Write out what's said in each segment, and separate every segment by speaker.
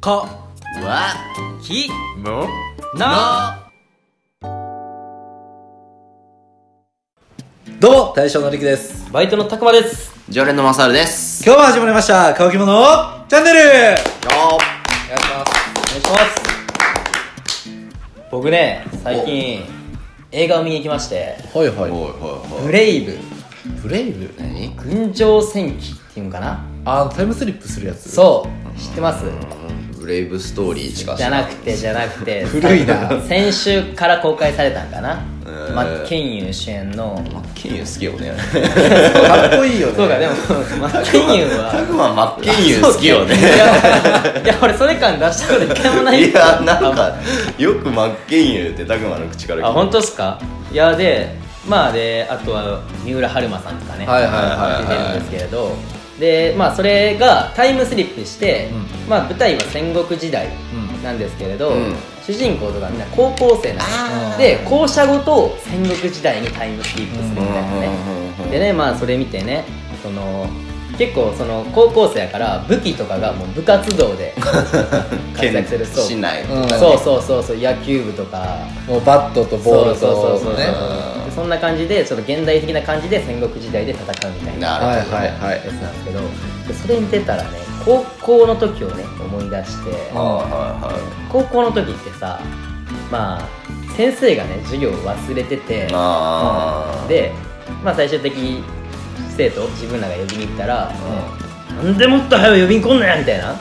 Speaker 1: か
Speaker 2: わ
Speaker 1: き
Speaker 2: も
Speaker 1: な
Speaker 3: どうも大将のりくです
Speaker 1: バイトのたくまです
Speaker 2: 常連のマサールです
Speaker 3: 今日も始まりました「乾き物チャンネル」お
Speaker 2: よ
Speaker 3: 願いします
Speaker 1: お願いします僕ね最近映画を見に行きまして
Speaker 3: はいは
Speaker 2: ー
Speaker 3: い
Speaker 2: い
Speaker 1: 「
Speaker 2: は
Speaker 1: ブレイブ
Speaker 3: ブレイブ
Speaker 2: いはい何
Speaker 1: 群青戦記」っていうのかな
Speaker 3: あのタイムスリップするやつ
Speaker 1: そう知ってます
Speaker 2: ブレイブストーリーしか
Speaker 1: じゃなくてじゃなくて
Speaker 3: 古いな
Speaker 1: 先週から公開されたんかな
Speaker 2: ー
Speaker 1: 真剣佑主演 の
Speaker 2: マッケンユー好きよね
Speaker 3: かっこいいよね
Speaker 1: そうかでも真剣佑
Speaker 2: タ
Speaker 1: は
Speaker 2: グマンマッケンユー好きよね
Speaker 1: いやいや俺それ感出したこと一回もない
Speaker 2: いやなんかよくマッケンユーってタグマの口から
Speaker 1: あ
Speaker 2: 聞い
Speaker 1: 本当ですかいやでまあであとは三浦春馬さんとかね
Speaker 3: はいはいはい
Speaker 2: はい
Speaker 1: 出てるんですけれどでまあそれがタイムスリップして、まあ舞台は戦国時代なんですけれど、
Speaker 2: うん
Speaker 1: 主人公とかみんな高校生なんですで校舎ごと戦国時代にタイムスリップするみたいなね、でねまあそれ見てねその結構その高校生やから武器とかがもう部活動 で活躍するそう
Speaker 2: しないと
Speaker 3: う
Speaker 2: か
Speaker 3: ん
Speaker 1: そうそうそうそう野球部とか
Speaker 3: もうバットとボール
Speaker 1: そうそうそうそ
Speaker 3: と
Speaker 1: う
Speaker 3: ね
Speaker 2: うん
Speaker 1: でそんな感じでちょっと現代的な感じで戦国時代で戦うみたいな
Speaker 2: な
Speaker 3: はい
Speaker 2: るほど
Speaker 3: はいは
Speaker 1: やつ
Speaker 3: い
Speaker 1: なんですけどでそれ見てたらね高校の時をね思い出して
Speaker 2: はいはいはい
Speaker 1: 高校の時ってさまあ先生がね授業を忘れてて
Speaker 2: あー
Speaker 1: で、まあ、最終的に生徒自分らが呼びに行ったら「なんでもっと早く呼びに来んなや!」みたいな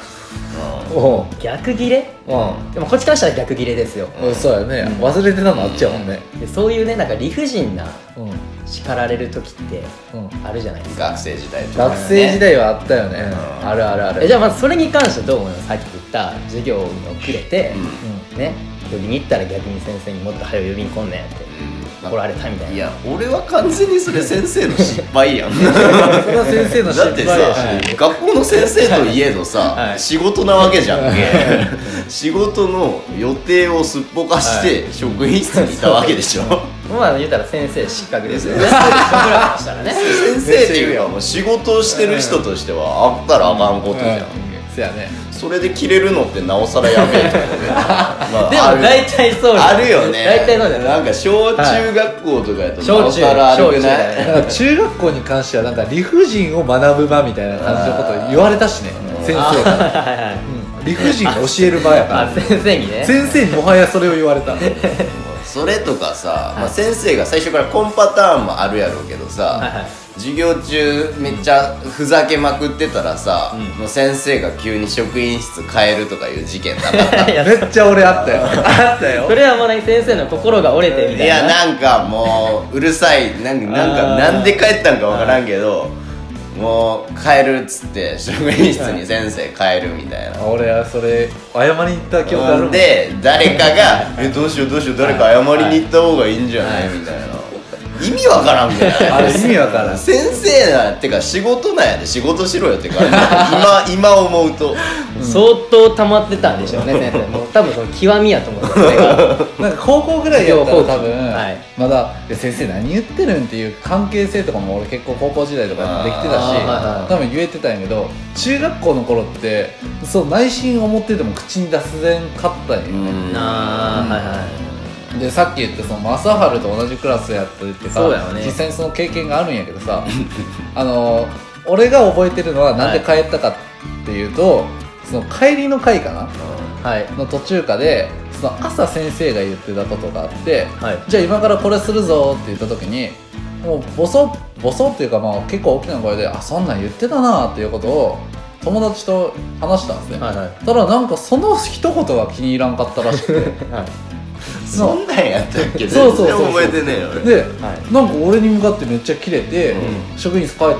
Speaker 2: う
Speaker 3: おう
Speaker 1: 逆ギレ
Speaker 3: う
Speaker 1: でもこっちからしたら逆ギレですよ
Speaker 3: んそうやね忘れてたのあっちやもんね
Speaker 1: でそういうねなんか理不尽な
Speaker 3: うん
Speaker 1: 叱られる時って
Speaker 3: うん
Speaker 1: あるじゃないです
Speaker 2: ん
Speaker 1: か
Speaker 2: 学生時代とかね
Speaker 3: 学生時代はあったよね
Speaker 2: ん
Speaker 3: あるあるある
Speaker 1: えじゃあまずそれに関してどう思いますさっき言った授業に遅れて
Speaker 2: うん、
Speaker 1: ね呼びに行ったら逆に先生にもっと早く呼びに来んねんって
Speaker 2: うん
Speaker 1: 怒られたみたいない
Speaker 2: や俺は完全にそれ先生の失敗やん
Speaker 3: それは先生の失
Speaker 2: だって
Speaker 3: 敗
Speaker 2: さ、
Speaker 3: やし
Speaker 1: はい
Speaker 2: 学校の先生といえどさ、
Speaker 1: はい
Speaker 2: 仕事なわけじゃんけ、仕事の予定をすっぽかして、職員室にいたわけでしょ
Speaker 1: まあ言ったら先生失格ですよね
Speaker 2: 先
Speaker 1: 僕らからしたらね
Speaker 2: 先生っていうのはもう仕事をしてる人としてはあったらあかんことじゃん、
Speaker 3: うんそうやね
Speaker 2: それで切れるのってなおさらやべえ と思うよまあ
Speaker 1: で
Speaker 2: あ
Speaker 1: も
Speaker 2: る
Speaker 1: 大体そうだ
Speaker 2: あるよね
Speaker 1: 大体そうだよ
Speaker 2: なんか小
Speaker 1: は
Speaker 2: 中学校とかやとなお
Speaker 1: 小中
Speaker 2: さらある
Speaker 1: 小
Speaker 2: く
Speaker 1: 中
Speaker 2: ない、
Speaker 1: だよね
Speaker 3: なんか中学校に関してはなんか理不尽を学ぶ場みたいな感じのことを言われたしね先生から
Speaker 1: はいはいはい
Speaker 3: うん理不尽を教える場やか
Speaker 1: あ
Speaker 3: ら
Speaker 1: 先生にね
Speaker 3: 先生にもはやそれを言われた
Speaker 2: それとかさ、まあ、先生が最初からコンパターンもあるやろうけどさ、
Speaker 1: はいはい
Speaker 2: 授業中めっちゃふざけまくってたらさ、もう先生が急に職員室変えるとか いう事件なかっ
Speaker 1: いや
Speaker 3: めっちゃ俺あったよあったよ
Speaker 1: それはもうね先生の心が折れて
Speaker 2: た
Speaker 1: み
Speaker 2: い
Speaker 1: たいな
Speaker 2: やなんかもううるさいなんかなん
Speaker 1: あ
Speaker 2: か
Speaker 1: ー
Speaker 2: なんで帰ったんかわからんけどもう帰るっつって職員室に先生帰るみたいな
Speaker 3: 俺はそれ謝りに行った記憶あるもん
Speaker 2: で誰かが「えどうしようどうしよう誰か謝りに行った方がいいんじゃない?」みたいな意味わからんみたいな
Speaker 3: あれ意味わからん
Speaker 2: 先生なんてか仕事なんやで仕事しろよってか今今思うと
Speaker 1: 相当溜まってたんでしょうね先生もう多分その極みやと思うんですよね
Speaker 3: なんか高校ぐらいやったら多分、
Speaker 1: はい
Speaker 3: まだ「いや先生何言ってるん?」っていう関係性とかも俺結構高校時代とかできてたし、
Speaker 1: あー
Speaker 3: 多分言えてたんやけど中学校の頃ってそう内心思ってても口に出せぜんかったんよ、
Speaker 2: うん
Speaker 1: あーはいはい
Speaker 3: でさっき言ってその正治と同じクラスやったってさ
Speaker 1: そうやわね
Speaker 3: 実際にその経験があるんやけど さあの俺が覚えてるのはなんで帰ったかっていうと、その帰りの会かな
Speaker 1: はい
Speaker 3: の途中かでその朝先生が言ってたことがあって、
Speaker 1: はい
Speaker 3: じゃあ今からこれするぞって言った時にもうボソボソっていうかまあ結構大きな声で「あそんなん言ってたな」っていうことを友達と話したんですね、
Speaker 1: はいはい
Speaker 3: ただなんかその一言が気に入らんかったらし く
Speaker 1: はい
Speaker 2: そんなんやったっけ
Speaker 3: そうそうそう
Speaker 2: 全然覚えてねえよ
Speaker 3: て
Speaker 2: 俺
Speaker 3: で
Speaker 1: はい
Speaker 3: なんか俺に向かってめっちゃキレて、
Speaker 2: う
Speaker 3: 職員室帰ったんよ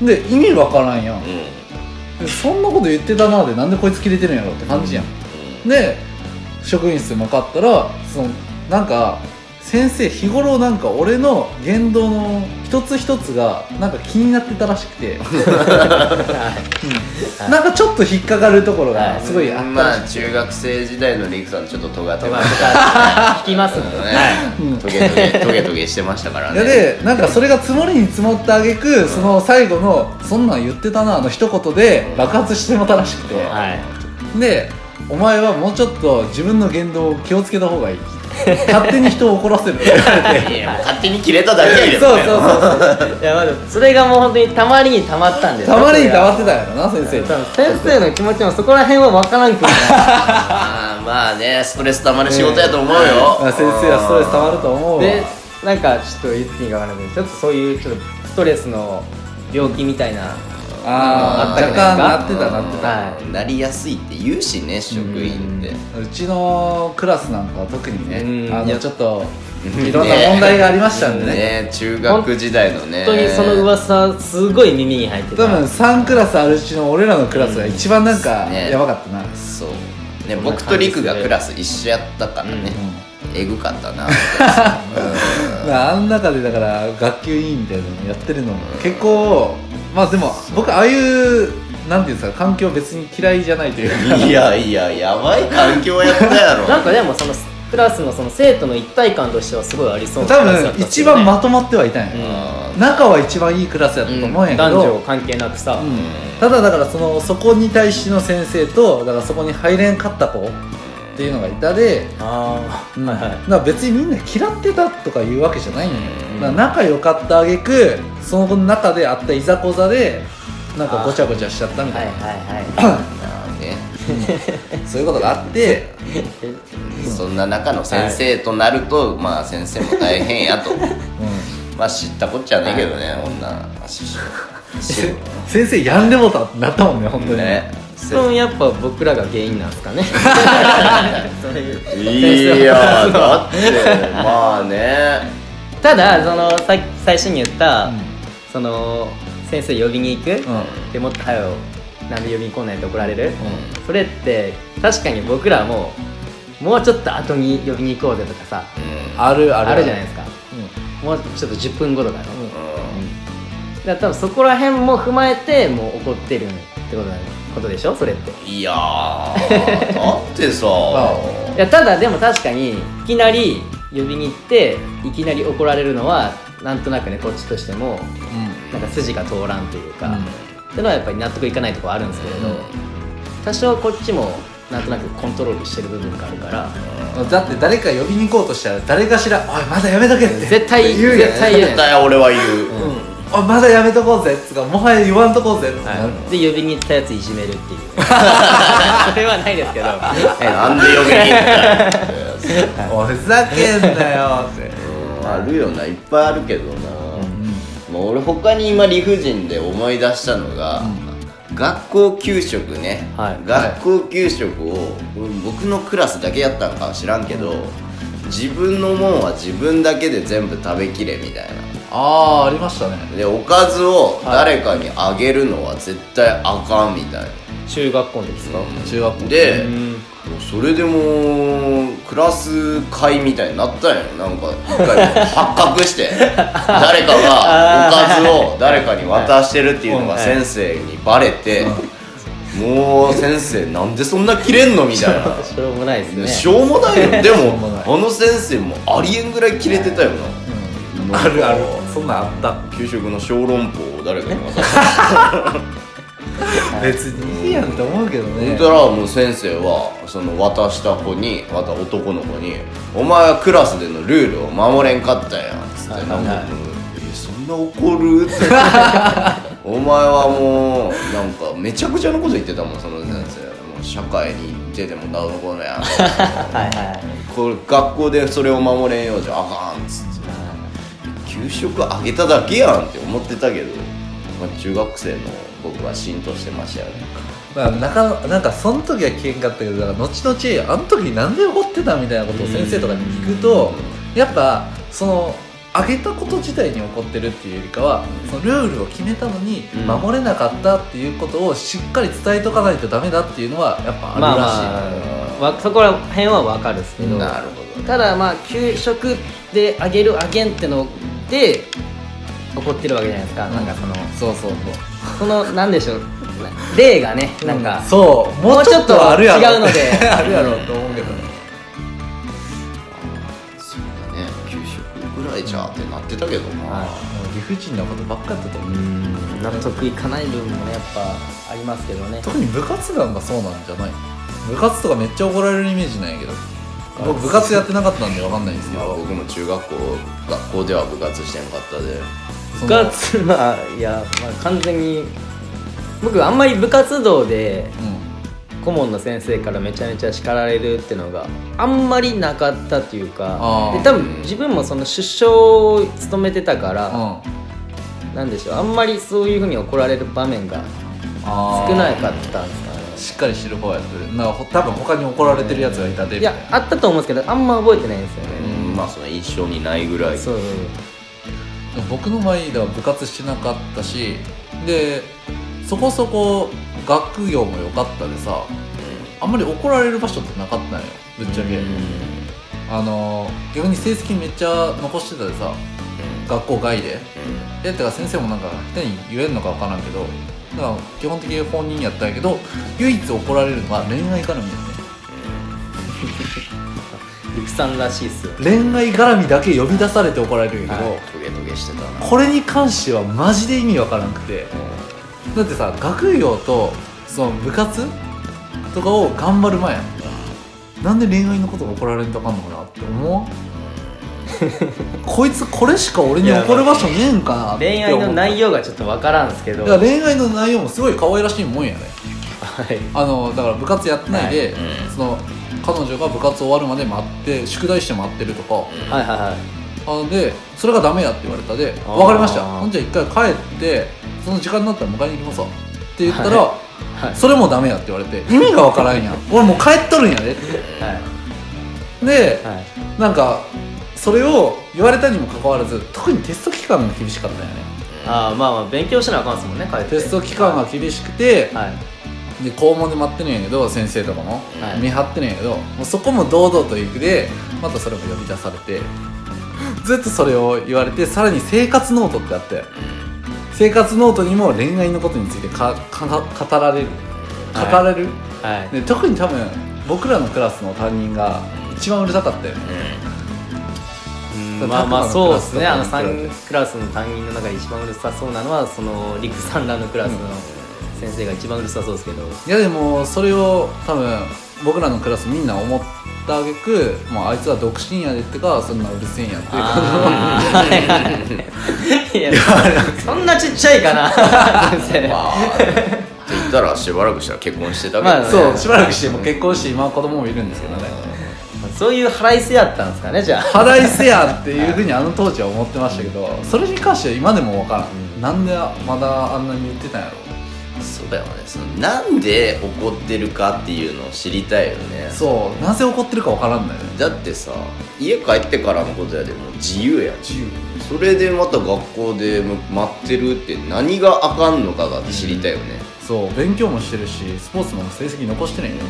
Speaker 2: うん
Speaker 3: で意味わからんやん
Speaker 2: うんうん
Speaker 3: でそんなこと言ってたなでなんでこいつキレてるんやろって感じやんで職員室向かったらそのなんか先生日頃なんか俺の言動の一つ一つがなんか気になってたらしくてなんかちょっと引っかかるところ
Speaker 1: は
Speaker 3: が
Speaker 1: い
Speaker 3: すごいあったらし
Speaker 2: まあ中学生時代のリクさんちょっととがとが
Speaker 1: 聞きますもんね
Speaker 3: うん
Speaker 2: トゲトゲトゲトゲしてましたから
Speaker 3: いや
Speaker 2: ね
Speaker 3: でなんかそれが積もりに積もったあげくその最後の「そんなん言ってたな」の一言で爆発してもたらしくて
Speaker 1: はい
Speaker 3: でお前はもうちょっと自分の言動を気をつけた方がいい勝手に人を怒らせ る
Speaker 2: いやもう勝手に切れただけやけ
Speaker 3: そ
Speaker 2: ど
Speaker 3: う
Speaker 2: ね
Speaker 3: そうそう
Speaker 1: いやまあでもそれがもう本当にたまりにたまったんです
Speaker 3: たまりにたま
Speaker 1: っ
Speaker 3: ってたんやろな先生
Speaker 1: 多分先生の気持ちもそこら辺は分からんけどね
Speaker 2: まあまあねストレス溜まる仕事やと思うよ、
Speaker 3: まあ先生はストレス溜まると思うわ
Speaker 1: でなんかちょっと言っていいか分からないけどちょっとそういうちょっとストレスの病気みたいな
Speaker 3: あ
Speaker 1: あっ
Speaker 3: あ
Speaker 1: た
Speaker 3: 若
Speaker 1: じゃ
Speaker 3: 干
Speaker 1: ない
Speaker 3: なってたなってた
Speaker 1: は
Speaker 2: なりやすいって言うしね職員って
Speaker 3: うちのクラスなんかは特にね、
Speaker 1: うん
Speaker 3: あ
Speaker 1: いや
Speaker 3: のちょっといろんな問題がありましたんでね
Speaker 2: ね中学時代のね
Speaker 1: 本当にその噂すごい耳に入ってた
Speaker 3: 多分3クラスあるうちの俺らのクラスが一番なんか
Speaker 2: ね
Speaker 3: やばかったな、
Speaker 2: そうね僕と陸がクラス一緒やったからねえぐかったな
Speaker 3: まああん中でだから学級委員みたいなのやってるのも結構まあでも僕ああいうなんていうんですか環境別に嫌いじゃないというか
Speaker 2: いやいややばい環境やったやろ
Speaker 1: なんかでもそのクラスのその生徒の一体感としてはすごいありそうな
Speaker 3: 多
Speaker 1: クラスだった
Speaker 3: 分
Speaker 1: っす
Speaker 3: 一
Speaker 1: よね
Speaker 3: 番まとまってはいたんや、
Speaker 2: う
Speaker 3: 仲は一番いいクラスやったと思うんやけど、
Speaker 1: 男女関係なくさ、
Speaker 3: うんただだからそのそこに対しての先生とだからそこに入れんかった子っていうのがいたで、
Speaker 1: ああ、はいはい
Speaker 3: だから別にみんな嫌ってたとかいうわけじゃないんだよ、
Speaker 2: うん
Speaker 3: だから仲良かった挙句その子の中であったいざこざでなんかごちゃごちゃしちゃったみた
Speaker 1: はいい
Speaker 3: な、
Speaker 1: はいは
Speaker 2: まあね
Speaker 3: そういうことがあって
Speaker 2: そんな中の先生となるとまあ先生も大変 やと
Speaker 3: う
Speaker 2: まあ知ったこっちゃないけどね女師匠師匠
Speaker 3: ん先生やんでもたってなった もんね本当に、
Speaker 2: ね
Speaker 1: いそれやっぱ僕らが原因なんですか ねそういう
Speaker 2: いやだってまあね
Speaker 1: ただそのさ最初に言った、
Speaker 3: うん
Speaker 1: その先生呼びに行く、
Speaker 3: うん
Speaker 1: でもっと早よなんで呼びに来ないと怒られる、それって確かに僕らももうちょっと後に呼びに行こうぜとかさ
Speaker 2: うん
Speaker 3: あるある
Speaker 1: あるじゃない
Speaker 3: い、
Speaker 1: ですか
Speaker 3: う
Speaker 1: もうちょっと10分後とかね、
Speaker 3: んうん
Speaker 1: だから多分そこら辺も踏まえてもう怒ってるってことだ、ね、ことでしょそれって
Speaker 2: いやーだって さ
Speaker 1: いやただでも確かにいきなり呼びに行っていきなり怒られるのはなんとなくねこっちとしてもなんか筋が通らんというか、
Speaker 3: うん
Speaker 1: ってのはやっぱり納得いかないところあるんですけれど、
Speaker 3: うん
Speaker 1: 多少こっちもなんとなくコントロールしてる部分があるから
Speaker 3: だって誰か呼びに行こうとしたら誰かしら「おいまだやめとけ」って
Speaker 1: 絶対
Speaker 3: 言うやん
Speaker 1: 絶対言う
Speaker 2: 絶
Speaker 1: やん、
Speaker 2: 対俺は言う、
Speaker 3: うんおいまだやめとこうぜ」つうかもはや言わんとこうぜってなる
Speaker 1: はい、で呼びに行ったやついじめるっていうそれはないですけど
Speaker 2: なんで呼びに行った の
Speaker 3: おいふざけんなよって、
Speaker 2: うんあるよないっぱいあるけどな、もう俺他に今理不尽で思い出したのが、学校給食ね、
Speaker 1: はい
Speaker 2: 学校給食を、うん僕のクラスだけやったのかは知らんけど、自分のもんは自分だけで全部食べきれみたいな
Speaker 3: ああーありましたね
Speaker 2: でおかずを誰かにあげるのは絶対あかんみたい
Speaker 1: 中学校の時ですか、
Speaker 2: な、
Speaker 3: 中学校
Speaker 2: で、
Speaker 1: うん
Speaker 2: もうそれでもうクラス会みたいになったんよなんか一回発覚して誰かがおかずを誰かに渡してるっていうのが
Speaker 1: はいはい
Speaker 2: 先生にバレてもう先生なんでそんな切れんのみたいな
Speaker 1: しょうもないです ね
Speaker 2: しょうもないよで
Speaker 3: うも
Speaker 2: も
Speaker 3: ない
Speaker 2: あの先生もありえんぐらい切れてたよな
Speaker 3: うんあるあるそんなんあった
Speaker 2: 給食の小籠包を誰かに渡して
Speaker 3: 別にいいやんって思うけど
Speaker 2: そ
Speaker 3: ね
Speaker 2: したらもう先生はその渡した子にまた男の子に「お前はクラスでのルールを守れんかったやん」つってなんかもう「えそんな怒る?」ってお前はもうなんかめちゃくちゃなこと言ってたもんその先生もう社会に行ってでもなおのこのや
Speaker 1: は
Speaker 2: ん
Speaker 1: いはい
Speaker 2: これ学校でそれを守れんようじゃあかんっつって給食あげただけやんって思ってたけど、まあ、中学生の僕は浸透してましたよね
Speaker 3: まあなかなんかその時は聞けんかったけどだから後々あの時なんで怒ってたみたいなことを先生とかに聞くとやっぱそのあげたこと自体に怒ってるっていうよりかはそのルールを決めたのに
Speaker 2: うん
Speaker 3: 守れなかったっていうことをしっかり伝えとかないとダメだっていうのはやっぱある
Speaker 1: まあ
Speaker 3: らしいな、
Speaker 1: まあわそこら辺は分かるっすけど
Speaker 2: なるほど
Speaker 1: ただまあ給食であげるあげんってので怒ってるわけじゃないですか、なんかその
Speaker 3: そうそうそう
Speaker 1: そのなんでしょう例がねなんか、
Speaker 3: そうもうちょっとはあるやろ
Speaker 1: もうちょっと違うので
Speaker 3: あるやろと思うけどね
Speaker 2: そうだね給食ぐらいじゃってなってたけどな、
Speaker 1: は
Speaker 3: もう理不尽なことばっかやったと思う
Speaker 1: 納得いかない部分もねやっぱありますけどね
Speaker 3: 特に部活団がそうなんじゃない部活とかめっちゃ怒られるイメージなんやけど僕部活やってなかったんでわかんないんですけ
Speaker 2: まあ、
Speaker 3: ど
Speaker 2: 僕も中学校学校では部活してなかったで
Speaker 3: そ
Speaker 1: 部
Speaker 3: の
Speaker 1: 活まあいや、まあ、完全に僕あんまり部活動で
Speaker 3: う
Speaker 1: 顧問の先生からめちゃめちゃ叱られるってのがあんまりなかったというか
Speaker 3: あー
Speaker 1: で多分自分もその出生を務めてたから、
Speaker 3: んうん
Speaker 1: なんでしょうあんまりそういうふうに怒られる場面が
Speaker 3: あー
Speaker 1: 少なかったんですかね
Speaker 3: しっかりしてる方やってるなんかほ多分他に怒られてるやつがいたで
Speaker 1: いやあったと思うんですけどあんま覚えてないんですよね、
Speaker 2: うんまあその印象にないぐらい
Speaker 1: そう
Speaker 3: でも僕の場合では部活してなかったしでそこそこ学業も良かったでさあんまり怒られる場所ってなかったんよぶっちゃけ、あの逆に成績めっちゃ残してたでさ学校外でえってか先生もなんか下手に言えんのか分からんけどなんか基本的に本人やったんやけど唯一怒られるのが恋愛絡みやね
Speaker 1: ゆきさんらしいっすよ
Speaker 3: 恋愛絡みだけ呼び出されて怒られるんやけど、
Speaker 2: もうトゲトゲしてたな
Speaker 3: これに関してはマジで意味わからなくてだってさ学業とその部活とかを頑張る前やんなんで恋愛のことが怒られんとあかんのかなって思うこいつこれしか俺に怒る場所ねえんかなって
Speaker 1: 恋
Speaker 3: 思う
Speaker 1: 愛の内容がちょっとわからんすけど
Speaker 3: だから恋愛の内容もすごい可愛らしいもんやね
Speaker 1: はい
Speaker 3: あのだから部活やってないで、
Speaker 2: はいうん
Speaker 3: その彼女が部活終わるまで待って宿題して待ってるとか、
Speaker 1: はいはいはい
Speaker 3: あのでそれがダメやって言われたで「
Speaker 1: あー
Speaker 3: 分かりましたほんじゃ一回帰ってその時間になったら迎えに行きますわ」って言ったら、
Speaker 1: ははい
Speaker 3: それもダメやって言われて意味がわから んやん俺もう帰っとるんやでって
Speaker 1: は
Speaker 3: で
Speaker 1: いはい
Speaker 3: なんかそれを言われたにもかかわらず特にテスト期間が厳しかったよね
Speaker 1: ああまあまあ勉強しなあかんっすもんね帰って
Speaker 3: テスト期間が厳しくて、
Speaker 1: はい
Speaker 3: で校門で待ってるんやけど先生とかも、
Speaker 1: はい
Speaker 3: 見張ってるんやけどもうそこも堂々と行くでまたそれも呼び出されてずっとそれを言われてさらに生活ノートってあって生活ノートにも恋愛のことについてかか語られる
Speaker 1: はい
Speaker 3: 語られる、
Speaker 1: はい
Speaker 3: で特に多分僕らのクラスの担任が一番うるさかったよね
Speaker 1: うんまあまあそうですねあの
Speaker 3: 拓磨のクラスとか
Speaker 1: 3クラスの担
Speaker 3: に比べて
Speaker 1: 任の中で一番うるさそうなのはその陸さんらのクラスの先生が一番うるさそうですけど
Speaker 3: いやでもそれを多分僕らのクラスみんな思った挙句もうあいつは独身やでってかそんなうるせえんやっていう感じの
Speaker 1: あーはいはいいやそんなちっちゃいかな先生
Speaker 2: まあって言ったらしばらくしたら結婚してたけど、
Speaker 1: まあ
Speaker 2: ね
Speaker 3: そうしばらくしてもう結婚して今は子供もいるんですけどね
Speaker 1: そういう腹いせやったんですかねじゃあ
Speaker 3: 腹いせやっていうふうにあの当時は思ってましたけどそれに関しては今でも分からん、なんでまだあんなに言ってたんやろ
Speaker 2: そうだよねそのなんで怒ってるかっていうのを知りたいよね
Speaker 3: そうなぜ怒ってるか分からんだよね
Speaker 2: だってさ家帰ってからのことやでもう自由やん
Speaker 3: 自由
Speaker 2: それでまた学校で待ってるって何があかんのかが知りたいよね、
Speaker 3: そう勉強もしてるしスポーツも成績残してないんだよ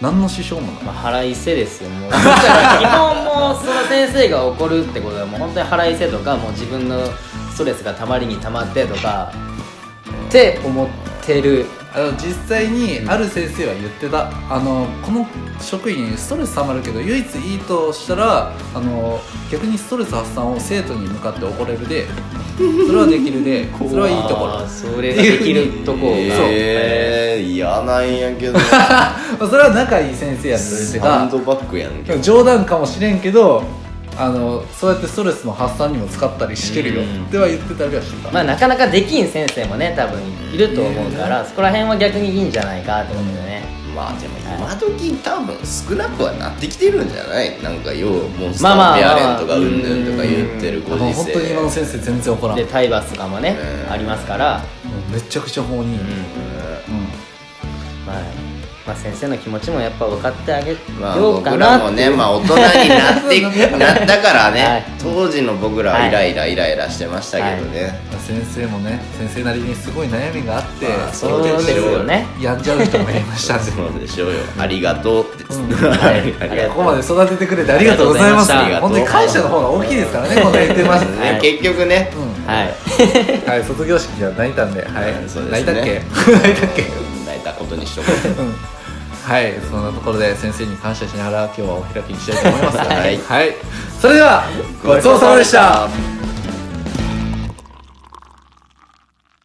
Speaker 3: 何の支障もない
Speaker 1: まあ、腹いせですよもうだから基本もうその先生が怒るってことはもう本当に腹いせとかもう自分のストレスがたまりにたまってとかって思ってる
Speaker 3: あの実際にある先生は言ってた、あのこの職員ストレスたまるけど唯一いいとしたらあの逆にストレス発散を生徒に向かって怒れるでそれはできるでそれはいいところ
Speaker 1: あーそれができるとこ が、
Speaker 2: えー、嫌なんやけど
Speaker 3: まあそれは仲いい先生やった先生
Speaker 2: ハン
Speaker 3: が
Speaker 2: ドバッグやんけど
Speaker 3: 冗談かもしれんけどあのそうやってストレスの発散にも使ったりしてるよ
Speaker 1: うん
Speaker 3: では言ってたりはしてた、
Speaker 1: まあなかなかできん先生もね多分いると思うから、そこら辺は逆にいいんじゃないかってことでね、
Speaker 2: まあでも今時多分少なくはなってきてるんじゃないなんかようモンスタ
Speaker 1: まあまあ
Speaker 2: ーペアレントがうん
Speaker 1: まあ
Speaker 2: ぬんとか言ってる
Speaker 3: あ
Speaker 2: ご
Speaker 3: の
Speaker 2: 時
Speaker 3: 本当に今の
Speaker 2: 世
Speaker 3: 先生全然怒らん
Speaker 1: で
Speaker 3: も
Speaker 1: 体罰とかもね、
Speaker 2: うん
Speaker 1: ありますから、
Speaker 3: うめちゃくちゃ法にいい、うん
Speaker 1: まあ、まあ先生の気持ちもやっぱ分かってあげようか
Speaker 2: ま
Speaker 1: な
Speaker 2: あ僕らもね、まあ、大人になってなったからね、
Speaker 1: はい
Speaker 2: 当時の僕らはイライライライラしてましたけどね、
Speaker 3: 先生もね先生なりにすごい悩みがあって、
Speaker 2: まあ
Speaker 3: そ
Speaker 1: そう
Speaker 3: れ
Speaker 1: ですよね
Speaker 3: でやんじゃう人もいましたんで
Speaker 2: そうでしょうよありがとうって、
Speaker 3: うん
Speaker 2: はい
Speaker 1: ありがとう
Speaker 3: ここまで育ててくれてありがとうございます
Speaker 1: あり
Speaker 2: がとう
Speaker 3: 本
Speaker 2: ご
Speaker 3: 当
Speaker 2: ざい
Speaker 3: に
Speaker 2: ました
Speaker 3: 感謝の方が大きいですからねこんな言ってます
Speaker 2: ね
Speaker 1: はい
Speaker 2: 結局ね、
Speaker 3: う
Speaker 1: はい
Speaker 3: ん、はい、卒業式では泣いたんで、はい、
Speaker 2: うんそうで
Speaker 3: 泣
Speaker 2: す
Speaker 3: いた
Speaker 2: ね
Speaker 3: っけ 泣いたっ
Speaker 2: 泣
Speaker 3: け
Speaker 2: いたことにしとこう
Speaker 3: うんはい、そんなところで先生に感謝しながら今日はお開きにしたいと思います。
Speaker 2: はい
Speaker 3: はい、それではごちそうさまでした。